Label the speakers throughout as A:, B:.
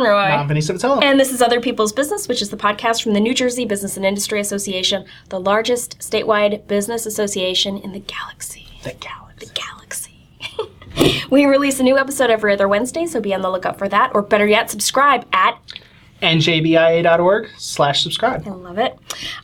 A: companies of its own.
B: And this is Other People's Business, which is the podcast from the New Jersey Business and Industry Association, the largest statewide business association in the galaxy.
A: the galaxy.
B: Galaxy. we release a new episode every other Wednesday, so be on the lookout for that, or better yet, subscribe at
A: NJBIA.org slash subscribe.
B: I love it.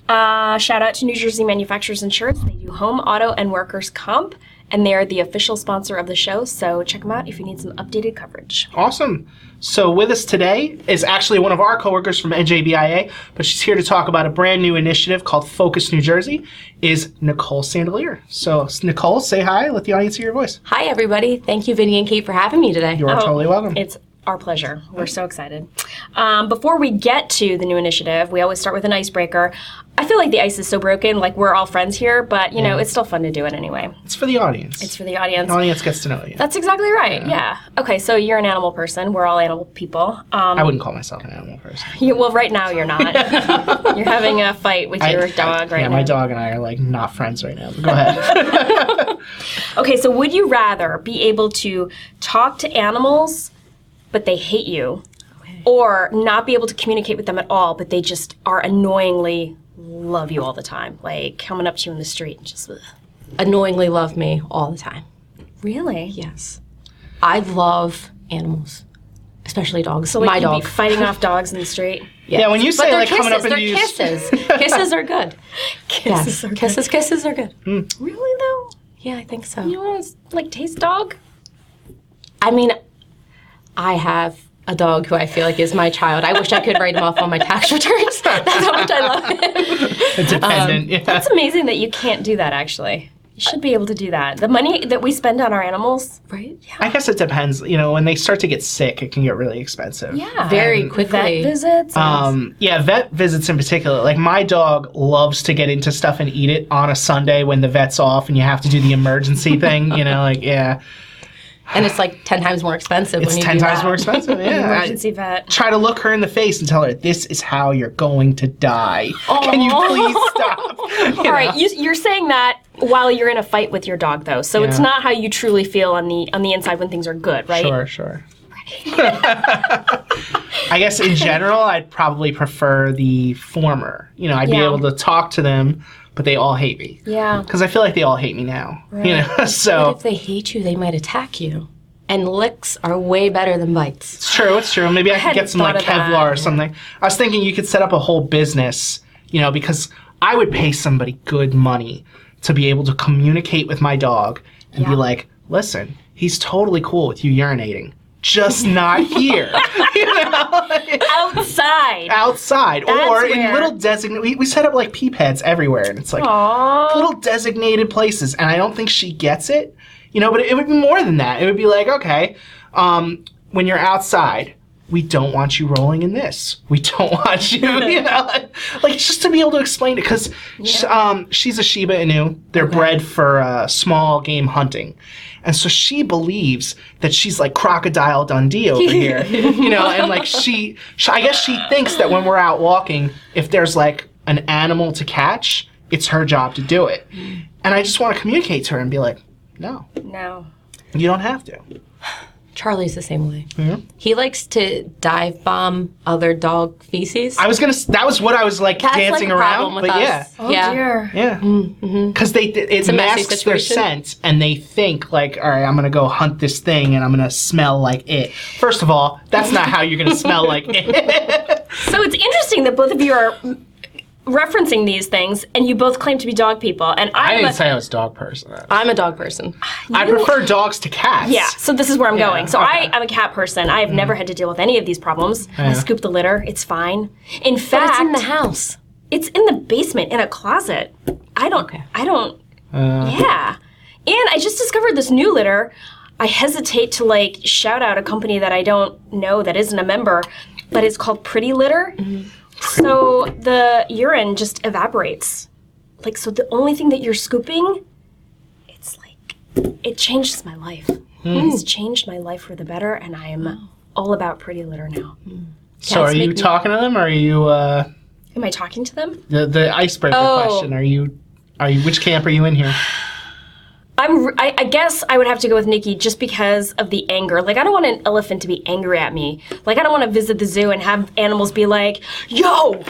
B: Uh, shout out to New Jersey Manufacturers Insurance. They do home, auto, and workers' comp, and they are the official sponsor of the show, so check them out if you need some updated coverage.
A: Awesome. So with us today is actually one of our coworkers from NJBIA, but she's here to talk about a brand new initiative called Focus New Jersey. Is Nicole Sandelier? So s- Nicole, say hi. Let the audience hear your voice.
C: Hi, everybody. Thank you, Vinny and Kate, for having me today.
A: You are
B: Oh,
A: totally welcome.
B: It's our pleasure. We're so excited. Um, before we get to the new initiative, we always start with an icebreaker. I feel like the ice is so broken, like we're all friends here, but you know, it's still fun to do it anyway.
A: It's for the audience.
B: It's for the audience.
A: the audience gets to know you.
B: That's exactly right. Yeah. Okay, so you're an animal person. We're all animal people. Um,
A: I wouldn't call myself an animal person.
B: you, well, right now you're not. you're having a fight with your
A: I-
B: dog right
A: yeah,
B: now.
A: my dog and I are like not friends right now. But go ahead.
B: Okay, so would you rather be able to talk to animals, but they hate you, or not be able to communicate with them at all, but they just are annoyingly love you all the time, like coming up to you in the street and just ugh.
C: Annoyingly love me all the time.
B: really?
C: Yes. I love animals, especially dogs.
B: Like,
C: My
B: you'd
C: dog.
B: Be fighting off dogs in the street.
C: Yes.
A: Yeah, when you
C: But
A: say,
C: they're
A: like,
C: kisses,
A: coming up and
C: they're
A: you-
C: kisses. kisses are good. Yes.
B: are good.
C: kisses, kisses are good.
B: Really though?
C: Yeah, I think so.
B: You don't want to like taste dog?
C: I mean, I have a dog who I feel like is my child. I wish I could write him off on my tax returns. That's how much I love him.
A: Dependent. yeah.
B: It's amazing that you can't do that. Actually, you should be able to do that. The money that we spend on our animals.
C: Right?
A: I guess it depends. You know, when they start to get sick, it can get really expensive.
B: Yeah.
C: Very
A: And
B: Vet
C: quickly.
B: visits.
A: Um, yeah, vet visits in particular. Like my dog loves to get into stuff and eat it on a Sunday when the vet's off and you have to do the emergency thing. You know, like yeah,
C: and it's like 10 times more expensive
A: it's
C: when you
A: ten
C: do
A: times
C: that.
A: more expensive. Yeah. I
B: emergency vet.
A: Try to look her in the face and tell her this is how you're going to die. Can you please stop? You
B: All
A: know?
B: right, you, you're saying that while you're in a fight with your dog, though, so it's
A: Yeah.
B: not how you truly feel on the on the inside when things are good, right?
A: Sure, sure. I guess in general, I'd probably prefer the former. You know, I'd be
B: Yeah.
A: able to talk to them, but they all hate me.
B: Yeah.
A: Because I feel like they all hate me now. You know,
C: But
A: so
C: if they hate you, they might attack you. And licks are way better than bites.
A: it's true. It's true. Maybe I, could
B: hadn't
A: get some like
B: thought of that.
A: Kevlar or something. I was thinking you could set up a whole business. You know, because I would pay somebody good money to be able to communicate with my dog and be like, listen, he's totally cool with you urinating, just not here. you know.
C: Uh,
B: Outside.
A: outside
B: That's
A: or in
B: where-
A: little designated. We, we set up like pee pads everywhere, and it's like
B: Aww.
A: little designated places. And I don't think she gets it, you know. But it, would be more than that. It would be like, okay, um, when you're outside, we don't want you rolling in this. We don't want you, you know, like just to be able to explain it because um, she's a Shiba Inu. They're bred for uh, small game hunting. And so she believes that she's like crocodile Dundee over here, you know, and like she, she, I guess she thinks that when we're out walking, if there's like an animal to catch, it's her job to do it. And I just want to communicate to her and be like, no,
B: No.
A: you don't have to.
C: Charlie's the same way. He likes to dive bomb other dog feces.
A: I was gonna. s- That was what I was like
C: That's
A: dancing
C: like a problem
A: around.
C: with
A: but
C: us.
A: yeah,
B: Oh
C: yeah.
B: dear.
A: yeah. Because they it
C: a messy
A: masks their
C: situation.
A: scent, and they think like, all right, I'm gonna go hunt this thing, and I'm gonna smell like it. First of all, that's not how you're gonna smell like it.
B: So it's interesting that both of you are mm, referencing these things, and you both claim to be dog people, and I'm
A: I
B: a-
A: didn't say I was a dog person.
C: I'm a dog person.
A: I prefer dogs to cats.
B: yeah. So this is where I'm going. So
A: okay. Mm.
B: I am a cat person. I have never had to deal with any of these problems. I scoop the litter. It's fine. In
C: But
B: fact,
C: it's in the house.
B: It's in the basement in a closet. I don't. I don't. yeah. And I just discovered this new litter. I hesitate to like shout out a company that I don't know that isn't a member, but it's called Pretty Litter. So the urine just evaporates. Like so, the only thing that you're scooping, it's like it changes my life. It's changed my life for the better, and I am all about Pretty Litter now.
A: So are
C: Cats
A: you
C: make me-
A: talking to them? Or are you uh,
B: Am I talking to them? Oh.
A: the the icebreaker question? Are you are you which camp are you in here?
B: I'm. r- I, I guess I would have to go with Nikki just because of the anger. Like I don't want an elephant to be angry at me. Like I don't want to visit the zoo and have animals be like, "Yo,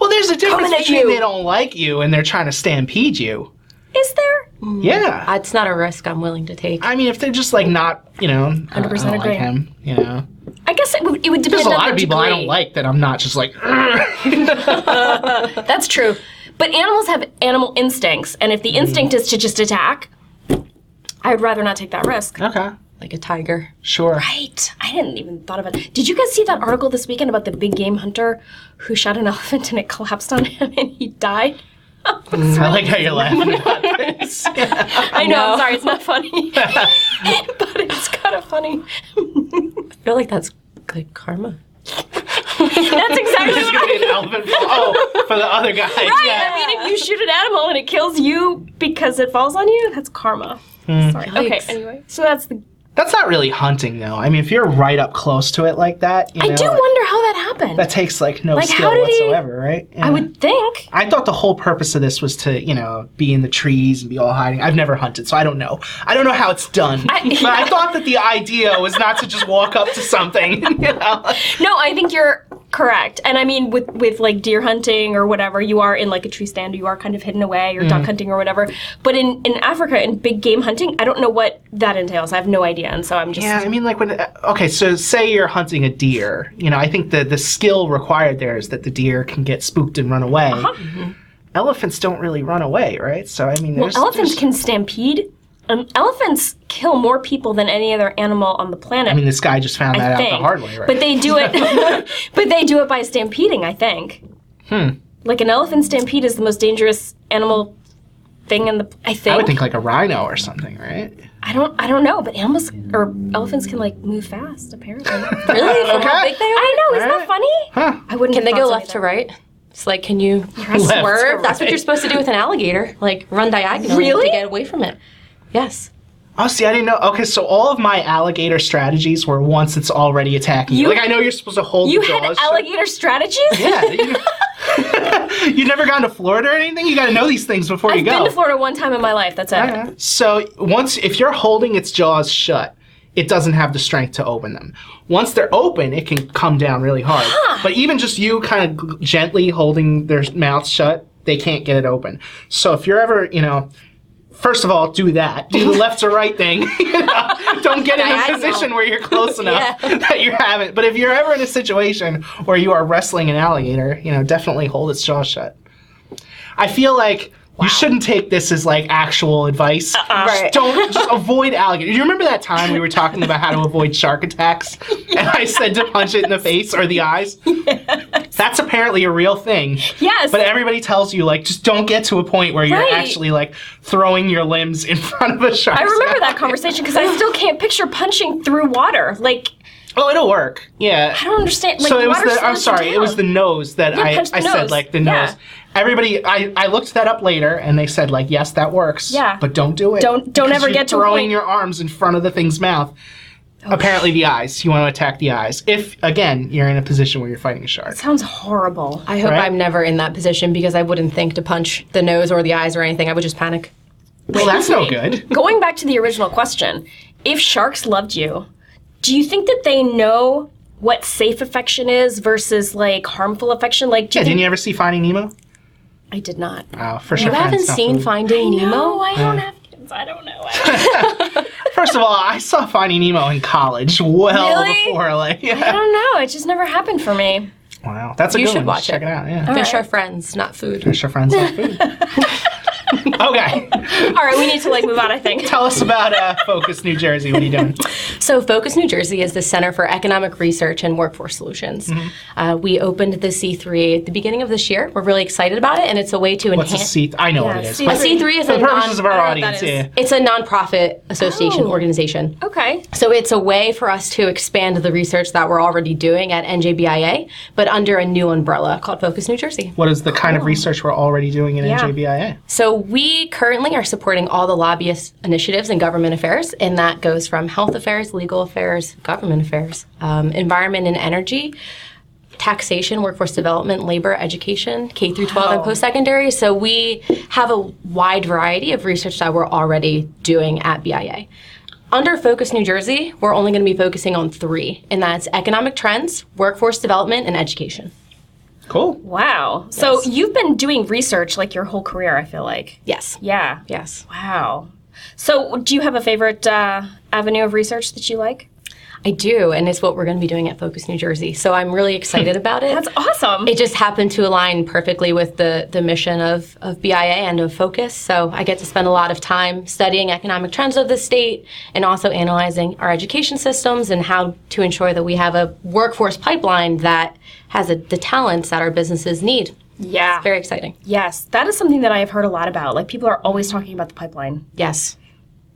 A: Well, there's a difference
B: Coming at
A: between
B: you.
A: they don't like you and they're trying to stampede you.
B: is there?"
A: Yeah. I,
C: It's not a risk I'm willing to take.
A: mean, if they're just like not, you know, 100%
B: 100%
A: I don't
B: agree.
A: like him, you know.
B: I guess it would, it would depend
A: There's a
B: on
A: lot
B: the
A: of people I don't
B: degree.
A: like that I'm not just like,
B: That's true. But animals have animal instincts, and if the instinct is to just attack, I would rather not take that risk.
A: okay,
C: Like a tiger.
A: sure.
B: Right. I didn't even thought of it. Did you guys see that article this weekend about the big game hunter who shot an elephant and it collapsed on him and he died?
A: I like how you're laughing about this.
B: I know. I'm sorry, it's not funny, but it's kind of funny.
C: I feel like that's good karma.
B: That's exactly what
A: It's gonna
B: I
A: be an elephant. For, oh, for the other guy.
B: I mean, if you shoot an animal and it kills you because it falls on you, that's karma. Sorry. Okay.
C: Yikes.
B: Anyway, so that's the.
A: That's not really hunting, though. I mean, if you're right up close to it like that, you
B: I
A: know,
B: do wonder how that happened.
A: that takes like no
B: Like, how
A: skill
B: did he-
A: whatsoever, right?
B: I
A: Yeah.
B: would think.
A: I thought the whole purpose of this was to, you know, be in the trees and be all hiding. I've never hunted, so I don't know. I don't know how it's done. but I thought that the idea was not to just walk up to something. You know?
B: No, I think you're correct. And I mean, with with like deer hunting or whatever, you are in like a tree stand. You are kind of hidden away, or duck hunting or whatever. But in in Africa, in big game hunting, I don't know what that entails. I have no idea, and so I'm just.
A: Yeah, I mean, like when uh, okay, so say you're hunting a deer. You know, I think the the skill required there is that the deer can get spooked and run away.
B: Uh-huh.
A: Elephants don't really run away, right? So I mean,
B: Mm-hmm. Well,
A: there's,
B: elephants
A: there's-
B: can stampede. Um, elephants kill more people than any other animal on the planet.
A: I mean, this guy just found that out the hard way, right?
B: But they do it. but they do it by stampeding. I think. Hmm. Like an elephant stampede is the most dangerous animal thing in the. I think.
A: I would think like a rhino or something, right?
B: I don't. I don't know. But animals or elephants can like move fast. Apparently. really?
C: Really? For how
A: Okay.
C: big they are?
B: I know. Isn't
A: Right.
B: that funny?
A: Huh?
B: I wouldn't.
C: Can they
B: have
C: go
B: thought so
C: left to
B: either.
C: right? It's like, can you
A: to
C: swerve? That's what
A: right.
C: you're supposed to do with an alligator. Like, run diagonally
B: Really?
C: to get away from it. Yes.
A: Oh, see, I didn't know. Okay, so all of my alligator strategies were once it's already attacking you.
B: You-
A: Like I know you're supposed to hold.
B: You
A: the
B: had
A: jaws shut.
B: alligator strategies.
A: Yeah. You, you've never gone to Florida or anything. You got to know these things before you
B: I've
A: go.
B: been to Florida one time in my life. That's it.
A: Yeah. So once, if you're holding its jaws shut, it doesn't have the strength to open them. Once they're open, it can come down really hard. But even just you kind of gently holding their mouths shut, they can't get it open. So if you're ever, you know, first of all, do that. Do the left or right thing. you know? Don't get in a
C: Diagonal.
A: position where you're close enough that you haven't. But if you're ever in a situation where you are wrestling an alligator, you know, definitely hold its jaw shut. I feel like you shouldn't take this as like actual advice. Just
B: Right.
A: Don't just avoid alligators. You remember that time we were talking about how to avoid shark attacks, and I said to punch it in the face or the eyes. That's apparently a real thing.
B: Yes.
A: But everybody tells you like just don't get to a point where you're
B: Right.
A: actually like throwing your limbs in front of a shark.
B: I remember that conversation because I still can't picture punching through water. Like
A: Oh, it'll work. Yeah.
B: I don't understand. Like,
A: so it was
B: water
A: the I'm
B: slows you
A: sorry, it was the
B: down.
A: nose that I,
B: punch the
A: I said
B: nose.
A: like the
B: Yeah.
A: nose. Everybody I, I looked that up later and they said like yes that works.
B: Yeah.
A: But don't do it.
B: Don't- don't
A: Because
B: ever
A: you're
B: get to a
A: throwing
B: point- Oh,
A: your arms in front of the thing's mouth. Apparently the eyes. You want to attack the eyes. If again you're in a position where you're fighting a shark.
B: Sounds horrible.
C: I hope
A: Right?
C: I'm never in that position because I wouldn't think to punch the nose or the eyes or anything. I would just panic.
A: Well that's no good.
B: Going back to the original question, if sharks loved you, do you think that they know what safe affection is versus like harmful affection? Like, do
A: Yeah,
B: you
A: didn't
B: think-
A: you ever see Finding Nemo?
B: I did not.
A: Oh, for sure.
C: You haven't seen Finding
B: No,
C: Nemo?
B: I don't have kids. I don't know. I
A: First of all, I saw Finding Nemo in college well
B: Really?
A: before like
B: I
A: yeah.
B: don't know. It just never happened for me.
A: Wow. That's a
C: You
A: good
C: should
A: one.
C: watch
A: Check
C: it.
A: it out, yeah.
C: Fish are friends, not food.
A: Fish are friends like food. okay.
B: All right, we need to like move on. I think.
A: Tell us about uh, Focus New Jersey. What are you doing?
C: So, Focus New Jersey is the Center for Economic Research and Workforce Solutions.
A: Mm-hmm.
C: Uh, we opened the C3 at the beginning of this year. We're really excited about it, and it's a way to
A: What's a
C: enhance.
A: seat? I know what
B: Yeah,
A: it is.
B: C-
A: but
C: A C3 is
A: For
C: a
A: the purposes of
C: non.
A: our
B: I don't know what
A: audience,
B: that
A: yeah.
C: It's a nonprofit association
B: Oh.
C: organization.
B: Okay.
C: So it's a way for us to expand the research that we're already doing at NJBIA, but under a new umbrella called Focus New Jersey.
A: What is the kind of research we're already doing in
B: Oh. Yeah.
A: NJBIA?
C: So we currently are supporting all the lobbyist initiatives in government affairs, and that goes from health affairs, legal affairs, government affairs, um, environment and energy, taxation, workforce development, labor, education, K through 12 and post-secondary. So we have a wide variety of research that we're already doing at BIA. Under Focus New Jersey, we're only going to be focusing on three, and that's economic trends, workforce development, and education.
A: Cool.
B: Wow. So you've been doing research like your whole career, I feel like.
C: Yes.
B: Yeah.
C: Yes.
B: Wow. So do you have a favorite uh, avenue of research that you like?
C: I do, and it's what we're going to be doing at Focus New Jersey. So I'm really excited about it.
B: That's awesome.
C: it just happened to align perfectly with the, the mission of, of BIA and of Focus. So I get to spend a lot of time studying economic trends of the state and also analyzing our education systems and how to ensure that we have a workforce pipeline that has a, the talents that our businesses need.
B: yeah.
C: Very exciting.
B: yes. That is something that I have heard a lot about. Like people are always talking about the pipeline.
C: Yes.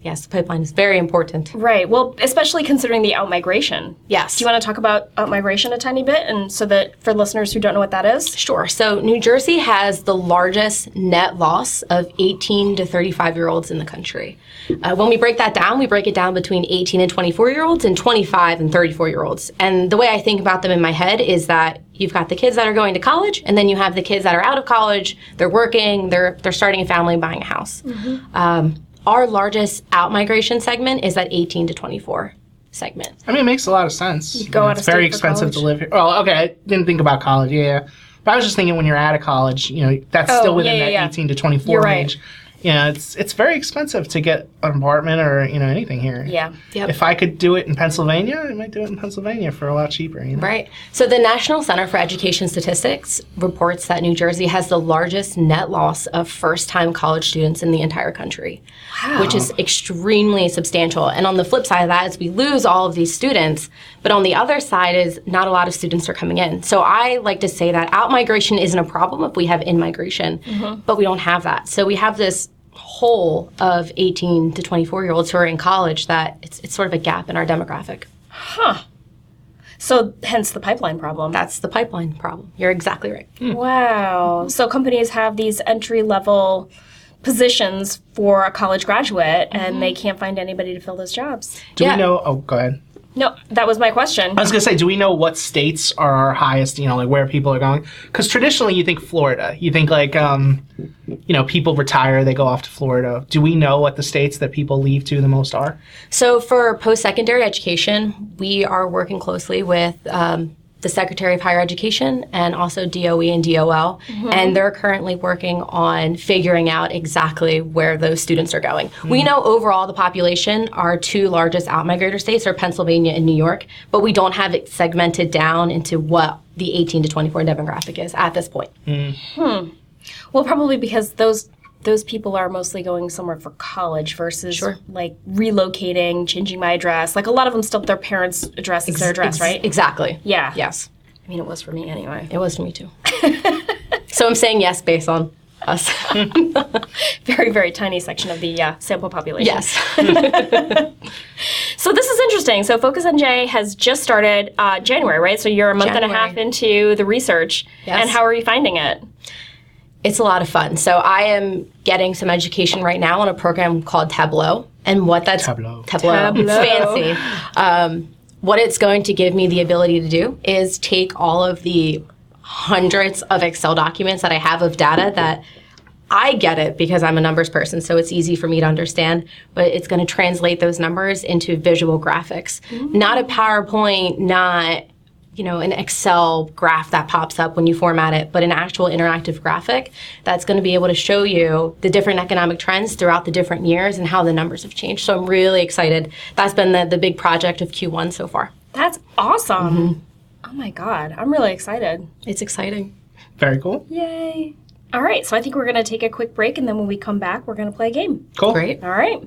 C: Yes, the pipeline is very important.
B: Right. Well, especially considering the outmigration.
C: Yes.
B: Do you want to talk about outmigration a tiny bit, and so that for listeners who don't know what that is?
C: Sure. So New Jersey has the largest net loss of 18 to 35 year olds in the country. Uh, when we break that down, we break it down between 18 and 24 year olds and 25 and 34 year olds. And the way I think about them in my head is that you've got the kids that are going to college, and then you have the kids that are out of college, they're working, they're, they're starting a family, buying a house. Um, our largest out migration segment is that 18 to 24 segment.
A: I mean, it makes a lot of sense. You
B: go out
A: it's
B: of state
A: very
B: for
A: expensive
B: college.
A: to live here. Well, okay, I didn't think about college. Yeah, but I was just thinking when you're out of college, you know, that's
B: Oh,
A: still within
B: yeah, yeah, yeah.
A: that 18 to 24
B: You're right.
A: range. Yeah, it's it's very expensive to get an apartment or you know anything here.
B: Yeah.
C: Yep.
A: If I could do it in Pennsylvania, I might do it in Pennsylvania for a lot cheaper. You know?
C: Right. So the National Center for Education Statistics reports that New Jersey has the largest net loss of first time college students in the entire country, which is extremely substantial. And on the flip side of that is we lose all of these students, but on the other side is not a lot of students are coming in. So I like to say that out migration isn't a problem if we have in migration, but we don't have that. So we have this hole of 18 to 24 year olds who are in college that it's, it's sort of a gap in our demographic.
B: So hence the pipeline problem. Hmm.
C: That's the pipeline problem. You're exactly right.
B: Wow. So companies have these entry level positions for a college graduate
C: Mm-hmm.
B: and they can't find anybody to fill those jobs.
A: Do
C: Yeah.
A: we know? Oh, go ahead.
B: No, that was my question.
A: I was gonna say, do we know what states are our highest? You know, like where people are going? Because traditionally, you think Florida. You think like, um, you know, people retire, they go off to Florida. Do we know what the states that people leave to the most are?
C: So for post-secondary education, we are working closely with um, the Secretary of Higher Education and also DOE and DOL,
B: Mm-hmm.
C: and they're currently working on figuring out exactly where those students are going.
B: Mm-hmm.
C: We know overall the population, our two largest outmigrator states are Pennsylvania and New York, but we don't have it segmented down into what the 18 to 24 demographic is at this point.
B: Well, probably because those those people are mostly going somewhere for college versus like relocating, changing my address. Like a lot of them still their parents' address is their address,
C: Ex-
B: right?
C: Exactly.
B: Yeah.
C: Yes.
B: I mean, it was for me anyway.
C: It was for me too. so I'm saying yes based on us.
B: Very, very tiny section of the uh, sample population.
C: yes.
B: So this is interesting. So Focus NJ has just started uh, January, right? So you're a month and a
C: January.
B: half into the research.
C: Yes.
B: And how are you finding it?
C: It's a lot of fun. So I am getting some education right now on a program called Tableau. And what that's
A: Tableau.
C: Tableau.
B: Tableau.
C: It's fancy. Um, what it's going to give me the ability to do is take all of the hundreds of Excel documents that I have of data that I get it because I'm a numbers person, so it's easy for me to understand, but it's going to translate those numbers into visual graphics. Not a PowerPoint, not you know, an Excel graph that pops up when you format it, but an actual interactive graphic that's going to be able to show you the different economic trends throughout the different years and how the numbers have changed. So I'm really excited. That's been the, the big project of Q1 so far.
B: That's awesome.
C: Mm-hmm.
B: Oh my god, I'm really excited.
C: It's exciting.
A: Very cool.
B: Yay. All right, so I think we're going to take a quick break and then when we come back, we're going to play a game.
A: Cool.
C: Great.
B: All right.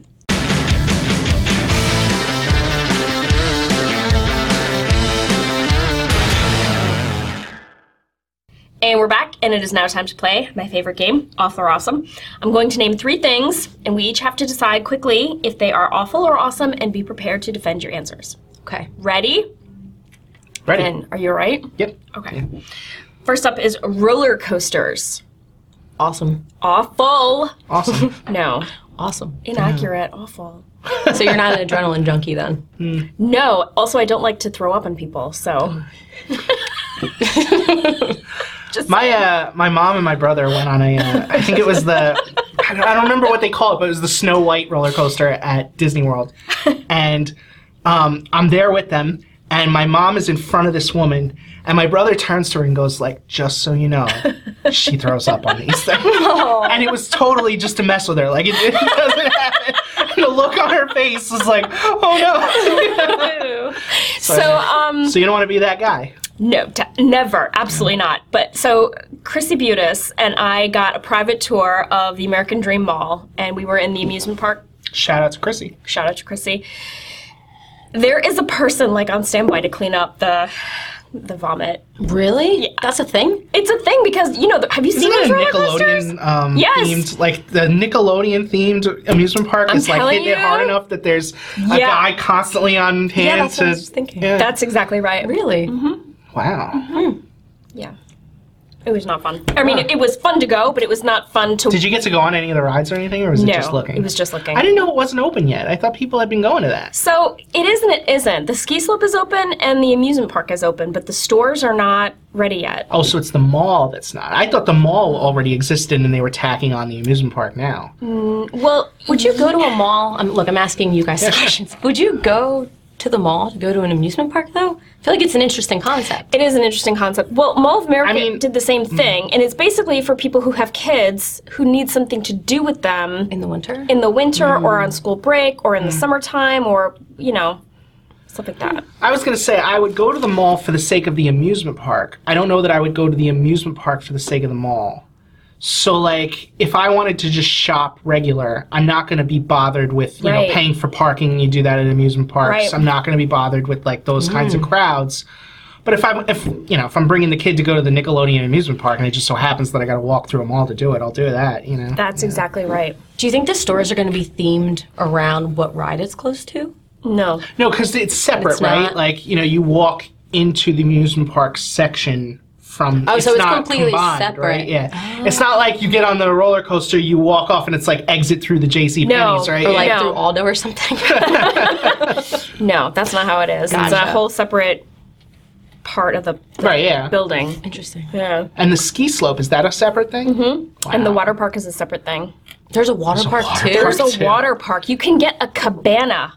B: And we're back, and it is now time to play my favorite game, Awful or Awesome. I'm going to name three things, and we each have to decide quickly if they are awful or awesome and be prepared to defend your answers.
C: Okay.
B: Ready?
A: Ready?
B: And are you all right?
A: Yep.
B: Okay. First up is roller coasters.
C: Awesome.
B: Awful.
A: Awesome.
B: No.
C: Awesome.
B: Inaccurate. Awful.
C: so you're not an adrenaline junkie then?
B: No. Also, I don't like to throw up on people, so Just
A: My uh, my mom and my brother went on a. Uh, I think it was the. I don't, I don't remember what they call it, but it was the Snow White roller coaster at Disney World, and um, I'm there with them, and my mom is in front of this woman, and my brother turns to her and goes like, "Just so you know, she throws up on these things," and it was totally just to mess with her, like it, it doesn't happen. And the look on her face was like, "Oh no!"
B: so um
A: so you don't want to be that guy.
B: No, t- never, absolutely not. But so Chrissy Butis and I got a private tour of the American Dream Mall, and we were in the amusement park.
A: Shout out to Chrissy.
B: Shout out to Chrissy. There is a person like on standby to clean up the the vomit.
C: Really? That's a thing?
B: It's a thing because you know. the- Have you
A: Isn't
B: seen
A: it
B: those
A: a
B: roller coasters?
A: Nickelodeon um,
B: Yes.
A: themed, like the Nickelodeon themed amusement park is like
B: telling
A: hitting it hard
B: you.
A: enough that there's a
B: Yeah.
A: guy constantly on hand
B: Yeah, that's
A: to.
B: what I was thinking.
A: yeah.
B: That's exactly right.
C: Really?
A: wow.
B: Yeah. It was not fun. I mean, it, it was fun to go, but it was not fun to.
A: Did you get to go on any of the rides or anything, or was
B: no,
A: it just looking?
B: it was just looking.
A: I didn't know it wasn't open yet. I thought people had been going to that.
B: So it is and it isn't. The ski slope is open and the amusement park is open, but the stores are not ready yet.
A: Oh, so it's the mall that's not. I thought the mall already existed and they were tacking on the amusement park now.
B: Well,
C: Would you go to a mall? Um, look, I'm asking you guys questions. Would you go to the mall to go to an amusement park, though? I feel like it's an interesting concept.
B: it is an interesting concept. Well, Mall of America
A: I mean-
B: did the same thing, and it's basically for people who have kids who need something to do with them
C: In the winter?
B: in the winter or
A: Mm.
B: on school break or in the summertime or, you know, stuff like that.
A: I was going to say I would go to the mall for the sake of the amusement park. I don't know that I would go to the amusement park for the sake of the mall. So like if I wanted to just shop regular, I'm not going to be bothered with, you
B: Right.
A: know, paying for parking. You do that at amusement parks.
B: Right. Mm.
A: I'm not going to be bothered with like those kinds of crowds. But if I if you know, if I'm bringing the kid to go to the Nickelodeon amusement park and it just so happens that I got to walk through a mall to do it, I'll do that, you know.
B: That's exactly right.
C: Do you think the stores are going to be themed around what ride it's close to?
B: No.
A: No, because it's separate,
C: It's
A: right?
C: not?
A: Like you know, you walk into the amusement park section from.
C: Oh, so it's
A: not
C: completely
A: combined,
C: separate.
A: right? Yeah, it's not like you get on the roller coaster, you walk off, and it's like exit through the J.C. Penney's,
B: No,
A: right?
C: Or
A: Yeah.
C: like
B: No.
C: through Aldo or something?
B: No, that's not how it is. It's a
C: Gotcha.
B: whole separate part of the, the
A: right, yeah.
B: building.
C: interesting.
B: Yeah.
A: And the ski slope is that a separate thing? Mm-hmm.
B: And the water park is a separate thing.
C: There's a water park,
A: water
C: too?
A: park.
B: There's a
A: too.
B: water park. You can get a cabana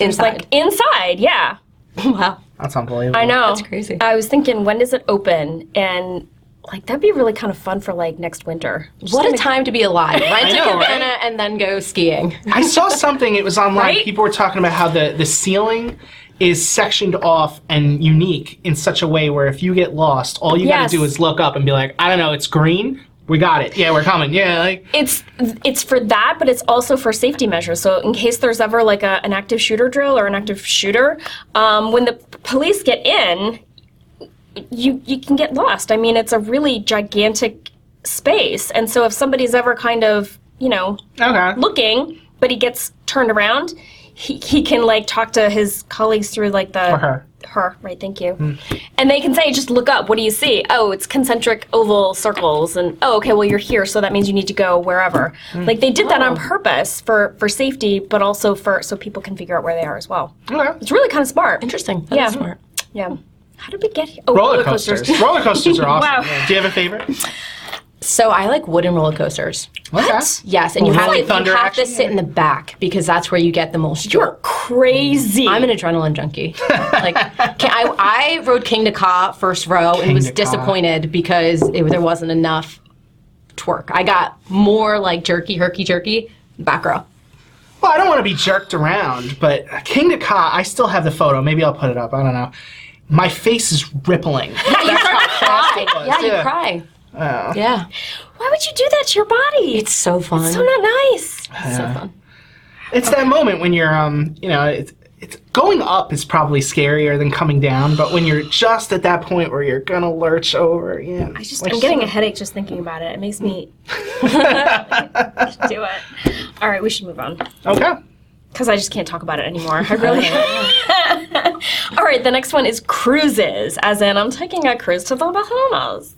C: Inside.
B: inside. Yeah,
C: wow.
A: That's unbelievable.
B: I know.
C: That's crazy.
B: I was thinking, when does it open? And like that'd be really kind of fun for like next winter. Just
C: What a
B: gonna-
C: time to be alive. Rent a
A: know, right?
C: cabana and then go skiing.
A: I saw something. It was online.
B: Right?
A: People were talking about how the the ceiling is sectioned off and unique in such a way where if you get lost, all you got
B: Yes.
A: to do is look up and be like, I don't know, it's green. We got it. Yeah, we're coming. Yeah, like
B: It's it's for that, but it's also for safety measures. So in case there's ever like a, an active shooter drill or an active shooter, um, when the p- police get in, you you can get lost. I mean, it's a really gigantic space, and so if somebody's ever kind of you know
A: okay.
B: looking, but he gets turned around. He, he can like talk to his colleagues through like the
A: Or her. Hmm.
B: her, right? Thank you. And they can say, just look up. What do you see? Oh, it's concentric oval circles, and oh, okay, well you're here, so that means you need to go wherever.
A: Hmm.
B: Like they did that
A: Oh.
B: on purpose for for safety, but also for so people can figure out where they are as well.
A: Okay.
B: It's really kind of smart.
C: Interesting. That's
B: Yeah.
C: smart.
B: Yeah. How did we get here? Oh,
A: Roller coasters. roller coasters are awesome.
B: Wow.
A: Yeah. Do you have a favorite?
C: So I like wooden roller coasters.
A: What?
C: Yes, and you
A: Well,
C: have,
A: really?
C: to, you
A: Thunder
C: have to
A: action?
C: sit in the back because that's where you get the most
B: You're
C: jerk.
B: crazy.
C: I'm an adrenaline junkie. like can, I, I rode King to Ka first row and
A: King
C: was
A: to Ka.
C: disappointed because it, there wasn't enough twerk. I got more like jerky, herky jerky back row.
A: Well, I don't want to be jerked around, but King to Ka, I still have the photo. Maybe I'll put it up. I don't know. My face is rippling. That's how fast it was.
C: Yeah, you cry. Yeah,
B: Why would you do that to your body?
C: it's so fun.
B: so not nice.
C: It's so fun.
A: It's that moment when you're, um, you know, it's, it's going up is probably scarier than coming down, but when you're just at that point where you're gonna lurch over, yeah.
B: I just, I'm getting a headache just thinking about it. It makes me do it. All right, we should move on
A: Okay.
B: because I just can't talk about it anymore. I really. All right, the next one is cruises, as in I'm taking a cruise to the Bahamas.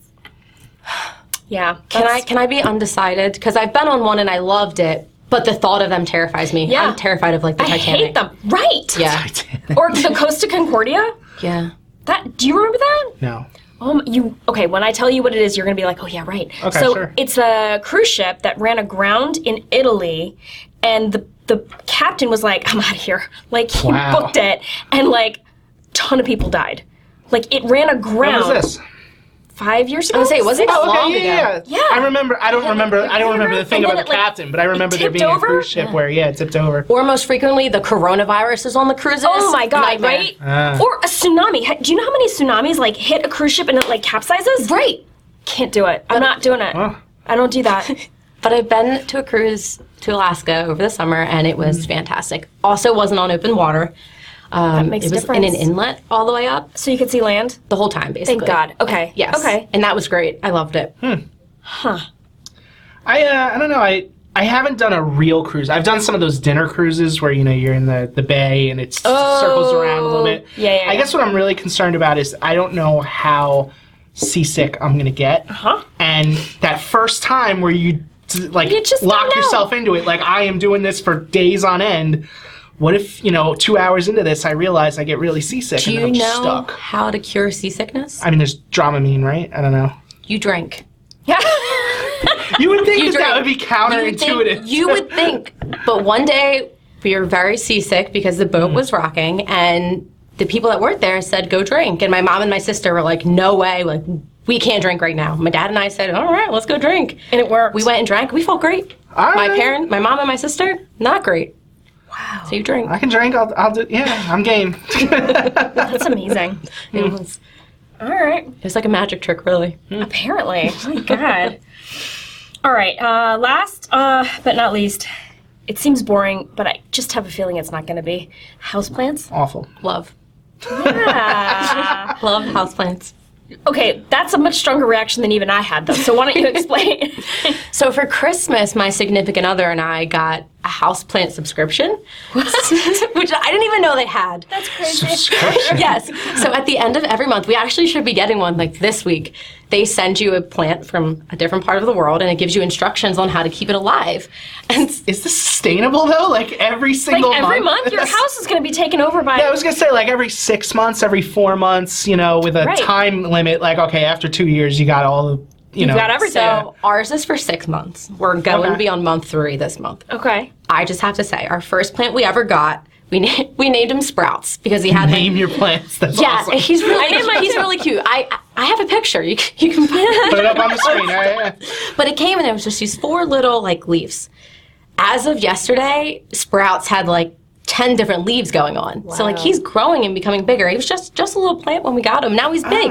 B: Yeah.
C: Can I can I be undecided? Because I've been on one and I loved it, but the thought of them terrifies me.
B: Yeah.
C: I'm terrified of like the
B: I
C: Titanic.
B: hate them. Right.
C: Yeah,
A: I did.
B: Or the Costa Concordia.
C: yeah.
B: That. Do you remember that?
A: No.
B: Um, you okay? When I tell you what it is, you're gonna be like, "Oh yeah, right."
A: Okay,
B: so
A: sure.
B: it's a cruise ship that ran aground in Italy, and the the captain was like, "I'm out of here!" Like he
A: Wow.
B: booked it, and like ton of people died. Like it ran
A: What
B: aground
A: was this? Oh,
B: five years ago.
C: I was gonna say, was it
B: six?
C: that long
A: yeah,
C: ago?
A: yeah, yeah.
B: Yeah.
A: I remember. I don't remember. I don't remember the
B: And
A: thing
B: then
A: about the
B: it, like,
A: captain, but I remember there
B: tipped
A: being
B: over?
A: a cruise ship where yeah, it tipped over.
C: Or most frequently, the coronavirus is on the cruises.
B: Oh my god!
C: Nightmare.
B: Right?
A: Ah.
B: Or a tsunami. Ha- Do you know how many tsunamis like hit a cruise ship and it like capsizes?
C: Right.
B: Can't do it. I'm not doing it.
A: Huh.
B: I don't do that.
C: Um, But I've been to a cruise to Alaska over the summer, and it
B: Mm.
C: was fantastic. Also, wasn't on open water. Um,
B: That makes
C: it
B: a
C: was in an
B: difference.
C: inlet all the way up
B: so you could see land.
C: the whole time, basically.
B: Thank God. Okay.
C: Yes.
B: Okay. Hmm,
C: And that was great. I loved it.
A: I uh, I don't know. I I haven't done a real cruise. I've done some of those dinner cruises where you know you're in the the bay and it
B: Oh.
A: circles around a little bit.
B: Yeah, yeah,
A: I
B: yeah.
A: guess what I'm really concerned about is I don't know how seasick I'm gonna get.
B: Huh?
A: And that first time where you t- like
B: You just don't
A: lock
B: know.
A: yourself into it, like I am doing this for days on end. What if you know two hours into this I realize I get really seasick
C: Do
A: and
C: you
A: then I'm
C: know
A: just stuck?
C: how to cure seasickness?
A: I mean, there's Dramamine, right? I don't know.
C: You drink.
B: Yeah.
A: You would think that, that
C: drink.
A: would be counterintuitive.
C: You would think, but one day we were very seasick because the
B: Hmm.
C: boat was rocking, and the people that worked there said, "Go drink." And my mom and my sister were like, "No way! Like we can't drink right now." My dad and I said, "All right, let's go drink."
B: and it worked.
C: We went and drank. We felt great.
A: All
C: my
A: right.
C: parent, my mom, and my sister, not great. Wow. So you drink.
A: I can drink. I'll, I'll do. Yeah, I'm game.
B: That's amazing.
C: It, was,
B: All right.
C: it was like a magic trick, really.
B: Apparently. My God. All right. Uh, last uh, but not least, it seems boring, but I just have a feeling it's not going to be houseplants.
A: Awful.
C: Love,
B: Yeah.
C: love houseplants.
B: okay, that's a much stronger reaction than even I had, though. So why don't you explain?
C: So for Christmas, my significant other and I got a houseplant subscription, which I didn't even know they had.
B: that's crazy.
A: Subscription.
C: Yes. So at the end of every month, we actually should be getting one like this week. They send you a plant from a different part of the world and it gives you instructions on how to keep it alive. And s-
A: Is this sustainable though? Like every
B: Like
A: single
B: every month, your
A: That's-
B: house is going to be taken over by.
A: Yeah, I was gonna say like every six months, every four months, you know, with a
B: Right. time
A: time limit. Like okay, after two years, you got all the, you know.
B: got everything.
C: so ours is for six months. We're going
A: Okay.
C: to be on month three this month.
B: Okay.
C: I just have to say, our first plant we ever got, we, na- we named him Sprouts because he had like,
A: Name your plants. That's
C: Yeah,
A: awesome.
C: he's really
B: named mine
C: he's
B: too.
C: really cute. I I- I have a picture. You c- you can find
A: Put
C: it.
A: it up on the screen. all right, yeah.
C: But it came and it was just these four little like leaves. As of yesterday, sprouts had like ten different leaves going on. So like he's growing and becoming bigger. He was just just a little plant when we got him. Now he's
B: Ah.
C: big.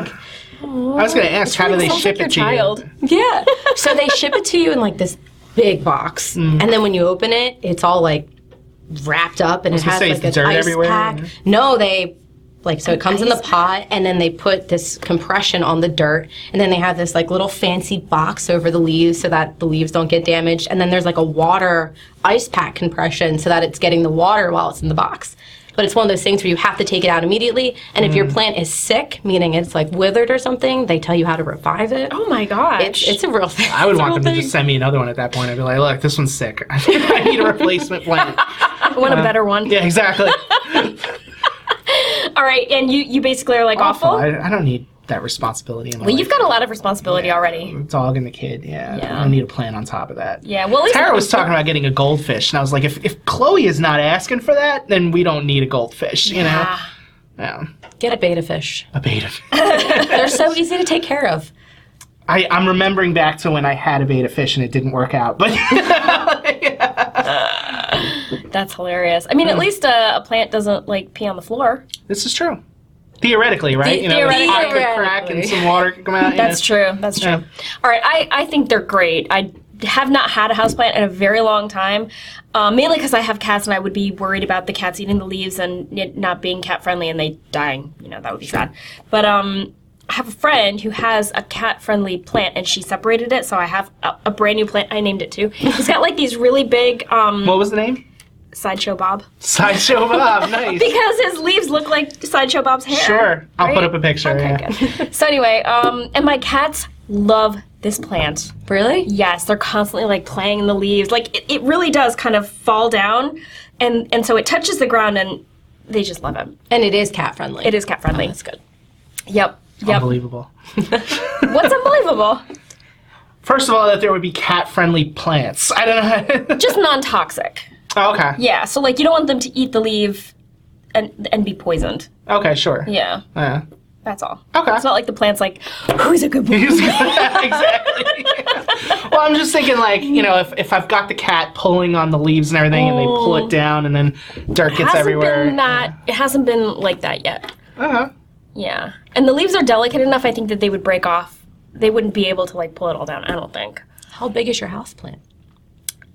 A: I was gonna ask, how do they
B: Sounds
A: ship
B: like
A: it
B: your
A: to you?
B: child.
C: Yeah. so they ship it to you in like this big box,
A: Mm.
C: and then when you open it, it's all like wrapped up and it
A: gonna
C: has
A: say,
C: like
A: is the
C: an
A: dirt
C: ice
A: everywhere?
C: pack.
A: Mhm.
C: No, they like so it comes in the pot and then they put this compression on the dirt and then they have this like little fancy box over the leaves so that the leaves don't get damaged and then there's like a water ice pack compression so that it's getting the water while it's in the box. But it's one of those things where you have to take it out immediately and if your
A: Mm.
C: plant is sick, meaning it's like withered or something, they tell you how to revive it.
B: Oh my gosh.
C: It's, it's a real thing.
A: I would
C: It's a
A: want them
C: real
A: to
C: thing.
A: just send me another one at that point. I'd be like, look, this one's sick. I need a replacement plant.
B: I want a better one.
A: Yeah, exactly.
B: All right, and you you basically are like
A: Awful.
B: awful.
A: I, I don't need that responsibility. In my
B: well,
A: life.
B: you've got a lot of responsibility already.
A: dog and the kid. Yeah,
B: Yeah.
A: I don't need a plan on top of that.
B: Yeah. Well, at least
A: Tara was talking about getting a goldfish, and I was like, if, if Chloe is not asking for that, then we don't need a goldfish, you know?
B: Ah,
A: Yeah.
C: Get a beta fish.
A: A beta.
C: They're so easy to take care of.
A: I, I'm remembering back to when I had a beta fish and it didn't work out, but
B: that's hilarious. I mean, at least uh, a, a plant doesn't like pee on the floor.
A: this is true. Theoretically, right?
C: The-
A: the pot could crack
C: theoretically.
A: and some water could come out. you
B: That's
A: know?
B: true. That's true.
A: Yeah.
B: All right, I I think they're great. I have not had a houseplant in a very long time, uh, mainly because I have cats and I would be worried about the cats eating the leaves and it not being cat friendly and they dying. You know that would be sad. But um. I have a friend who has a cat-friendly plant, and she separated it. So I have a, a brand new plant. I named it too. He's got like these really big um,
A: What was the name?
B: sideshow Bob.
A: Sideshow Bob. Nice.
B: because his leaves look like Sideshow Bob's hair.
A: Sure. I'll
B: Right?
A: put up a picture.
B: Okay,
A: yeah.
B: good. So anyway, um, and my cats love this plant.
C: Really?
B: Yes, they're constantly like playing in the leaves. Like it, it really does kind of fall down, and and so it touches the ground, and they just love it.
C: And it is cat friendly.
B: It is cat friendly.
C: That's good.
B: Yep. Yep.
A: Oh, Unbelievable.
B: What's unbelievable?
A: First of all, that there would be cat friendly plants. I don't know.
B: Just non toxic.
A: oh, okay.
B: Yeah, so like you don't want them to eat the leaf and and be poisoned.
A: Okay, sure.
B: Yeah,
A: Yeah.
B: that's all.
A: Okay.
B: It's not like the plant's like, who's a good boy?
A: exactly. well, I'm just thinking, like, you know, if, if I've got the cat pulling on the leaves and everything, and they pull it down, and then dirt gets
B: Oh. hasn't
A: everywhere.
B: Been that, It hasn't been like that yet.
A: Uh-huh.
B: Yeah. And the leaves are delicate enough, I think, that they would break off. They wouldn't be able to like pull it all down, I don't think.
C: How big is your house plant?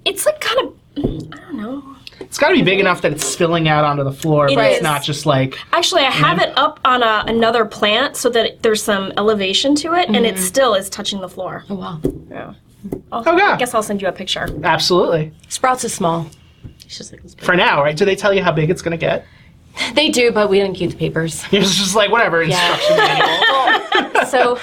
B: It's like kind of, I don't know.
A: It's got to be big enough that it's spilling out onto the floor,
B: It
A: but
B: is.
A: it's not just like
B: Actually, I have it up on a, another plant so that it, there's some elevation to it, and it still is touching the floor.
C: Oh wow.
B: Yeah. I'll,
A: Mm-hmm. Oh, God.
B: I guess I'll send you a picture.
A: absolutely
C: Sprouts is small. It's just like this big.
A: for now, right? Do they tell you how big it's gonna get?
C: They do, but we didn't keep the papers.
A: You're just like whatever instruction manual.
C: so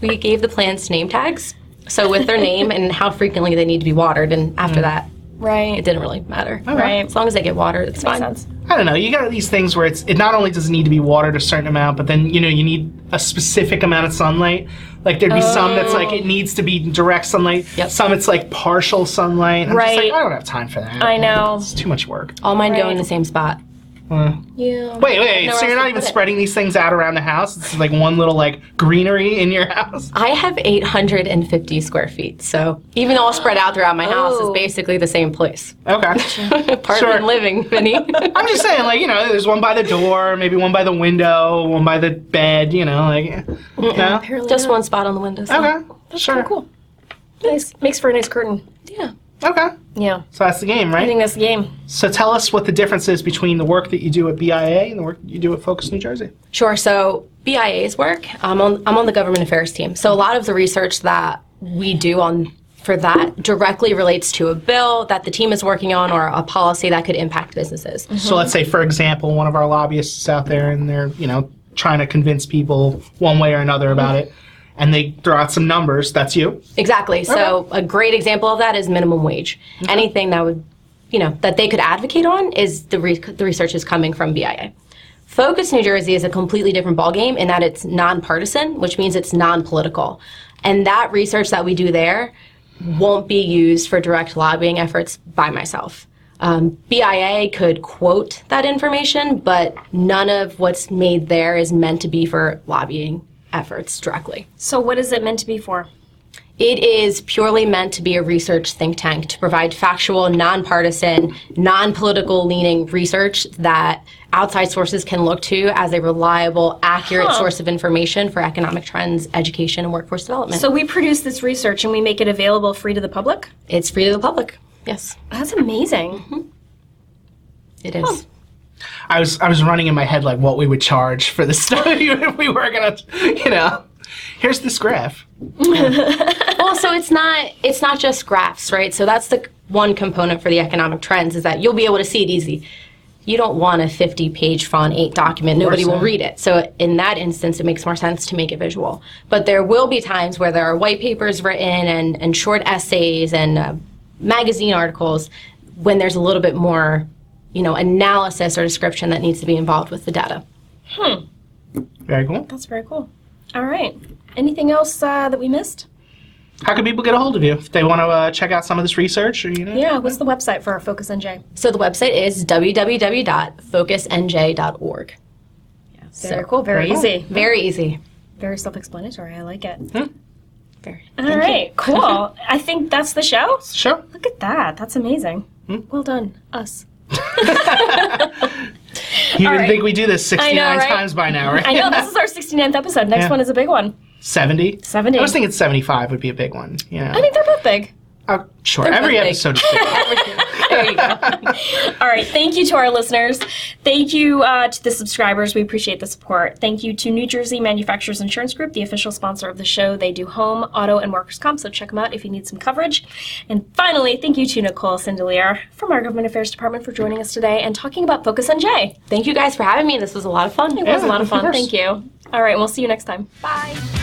C: we gave the plants name tags. So with their name and how frequently they need to be watered, and after
A: Mm.
C: that,
B: Right.
C: it didn't really matter.
B: Right.
C: As long as they get watered, it's
B: Makes
C: fine.
B: sense.
A: I don't know. You got these things where it's it not only does it need to be watered a certain amount, but then you know you need a specific amount of sunlight. Like there'd be some that's like
B: Oh.
A: it needs to be direct sunlight.
C: Yep.
A: Some it's like partial sunlight. I'm Just
B: Right.
A: like, I don't have time for that.
B: I know.
A: It's too much work.
C: All mine go
B: Right.
C: in the same spot.
A: Uh,
B: Yeah.
A: wait, wait.
C: Nowhere
A: So you're
C: else
A: not
C: to
A: even
C: put it.
A: spreading these things out around the house. It's like one little like greenery in your house.
C: I have 850 square feet, so even though all spread out throughout my house,
B: Oh.
C: it's basically the same place.
A: Okay.
C: Apartment
A: Sure.
C: living, Vinny.
A: I'm just saying, like you know, there's one by the door, maybe one by the window, one by the bed. You know, like eh. no.
B: Apparently
C: Just
B: not.
C: one spot on the windowsill.
A: Okay. Sure.
B: Cool. Nice. Makes for a nice curtain.
C: Yeah.
A: Okay.
B: Yeah.
A: So that's the game, right?
B: I think that's the game.
A: So tell us what the difference is between the work that you do at BIA and the work that you do at Focus New Jersey.
C: Sure. So BIA's work, I'm on, I'm on the government affairs team. So a lot of the research that we do on for that directly relates to a bill that the team is working on or a policy that could impact businesses.
A: So
B: Mm-hmm.
A: let's say, for example, one of our lobbyists is out there and they're, you know, trying to convince people one way or another about it, and they throw out some numbers. That's you.
C: Exactly. So a great example of that is minimum wage. Anything that would, you know, that they could advocate on is the re- the research is coming from BIA. Focus New Jersey is a completely different ballgame in that it's nonpartisan, which means it's non-political, and that research that we do there won't be used for direct lobbying efforts by myself. Um, BIA could quote that information, but none of what's made there is meant to be for lobbying efforts directly.
B: So, what is it meant to be for?
C: It is purely meant to be a research think tank to provide factual, nonpartisan, non political leaning research that outside sources can look to as a reliable, accurate source of information for economic trends, education, and workforce development.
B: So, we produce this research and we make it available free to the public?
C: it's free to the public. Yes,
B: That's amazing.
A: Mm-hmm.
C: it is.
A: I was I was running in my head like what we would charge for this stuff if we were gonna, you know. Here's this graph.
C: well, so it's not it's not just graphs, right? So that's the c- one component for the economic trends is that you'll be able to see it easy. You don't want a 50 page font, eight document. Nobody will
A: not.
C: read it. So in that instance, it makes more sense to make it visual. But there will be times where there are white papers written and, and short essays and uh, magazine articles when there's a little bit more, you know, analysis or description that needs to be involved with the data.
A: Very cool.
B: That's very cool. All right. Anything else uh, that we missed?
A: How can people get a hold of you if they want to uh, check out some of this research? Or, you know?
B: Yeah, what's the website for our Focus NJ?
C: So the website is www.focusnj.org.
B: Very cool, very
A: cool.
B: easy.
C: Very easy.
B: Very self explanatory. I like it.
A: Hmm.
C: Very.
B: All right, cool. I think that's the show.
A: Sure.
B: Look at that. That's amazing.
A: Hmm.
B: Well done, us.
A: You didn't
B: right.
A: think we do this 69
B: right?
A: times by now, right?
B: I know this is our 69th episode. Next
A: Yeah.
B: one is a big one.
A: 70.
B: 70.
A: I was thinking 75 would be a big one. You know.
B: I think they're both big.
A: Uh, sure. Every
C: perfect.
A: episode is big.
C: There you go.
B: All right. Thank you to our listeners. Thank you uh, to the subscribers. We appreciate the support. Thank you to New Jersey Manufacturers Insurance Group, the official sponsor of the show. They do home, auto, and workers' comp, so check them out if you need some coverage. And finally, thank you to Nicole Sindelier from our Government Affairs Department for joining us today and talking about Focus on J.
C: Thank you guys for having me. This was a lot of fun.
B: It was a lot of
A: of
B: fun.
A: course.
B: Thank you. All right. We'll see you next time.
C: Bye.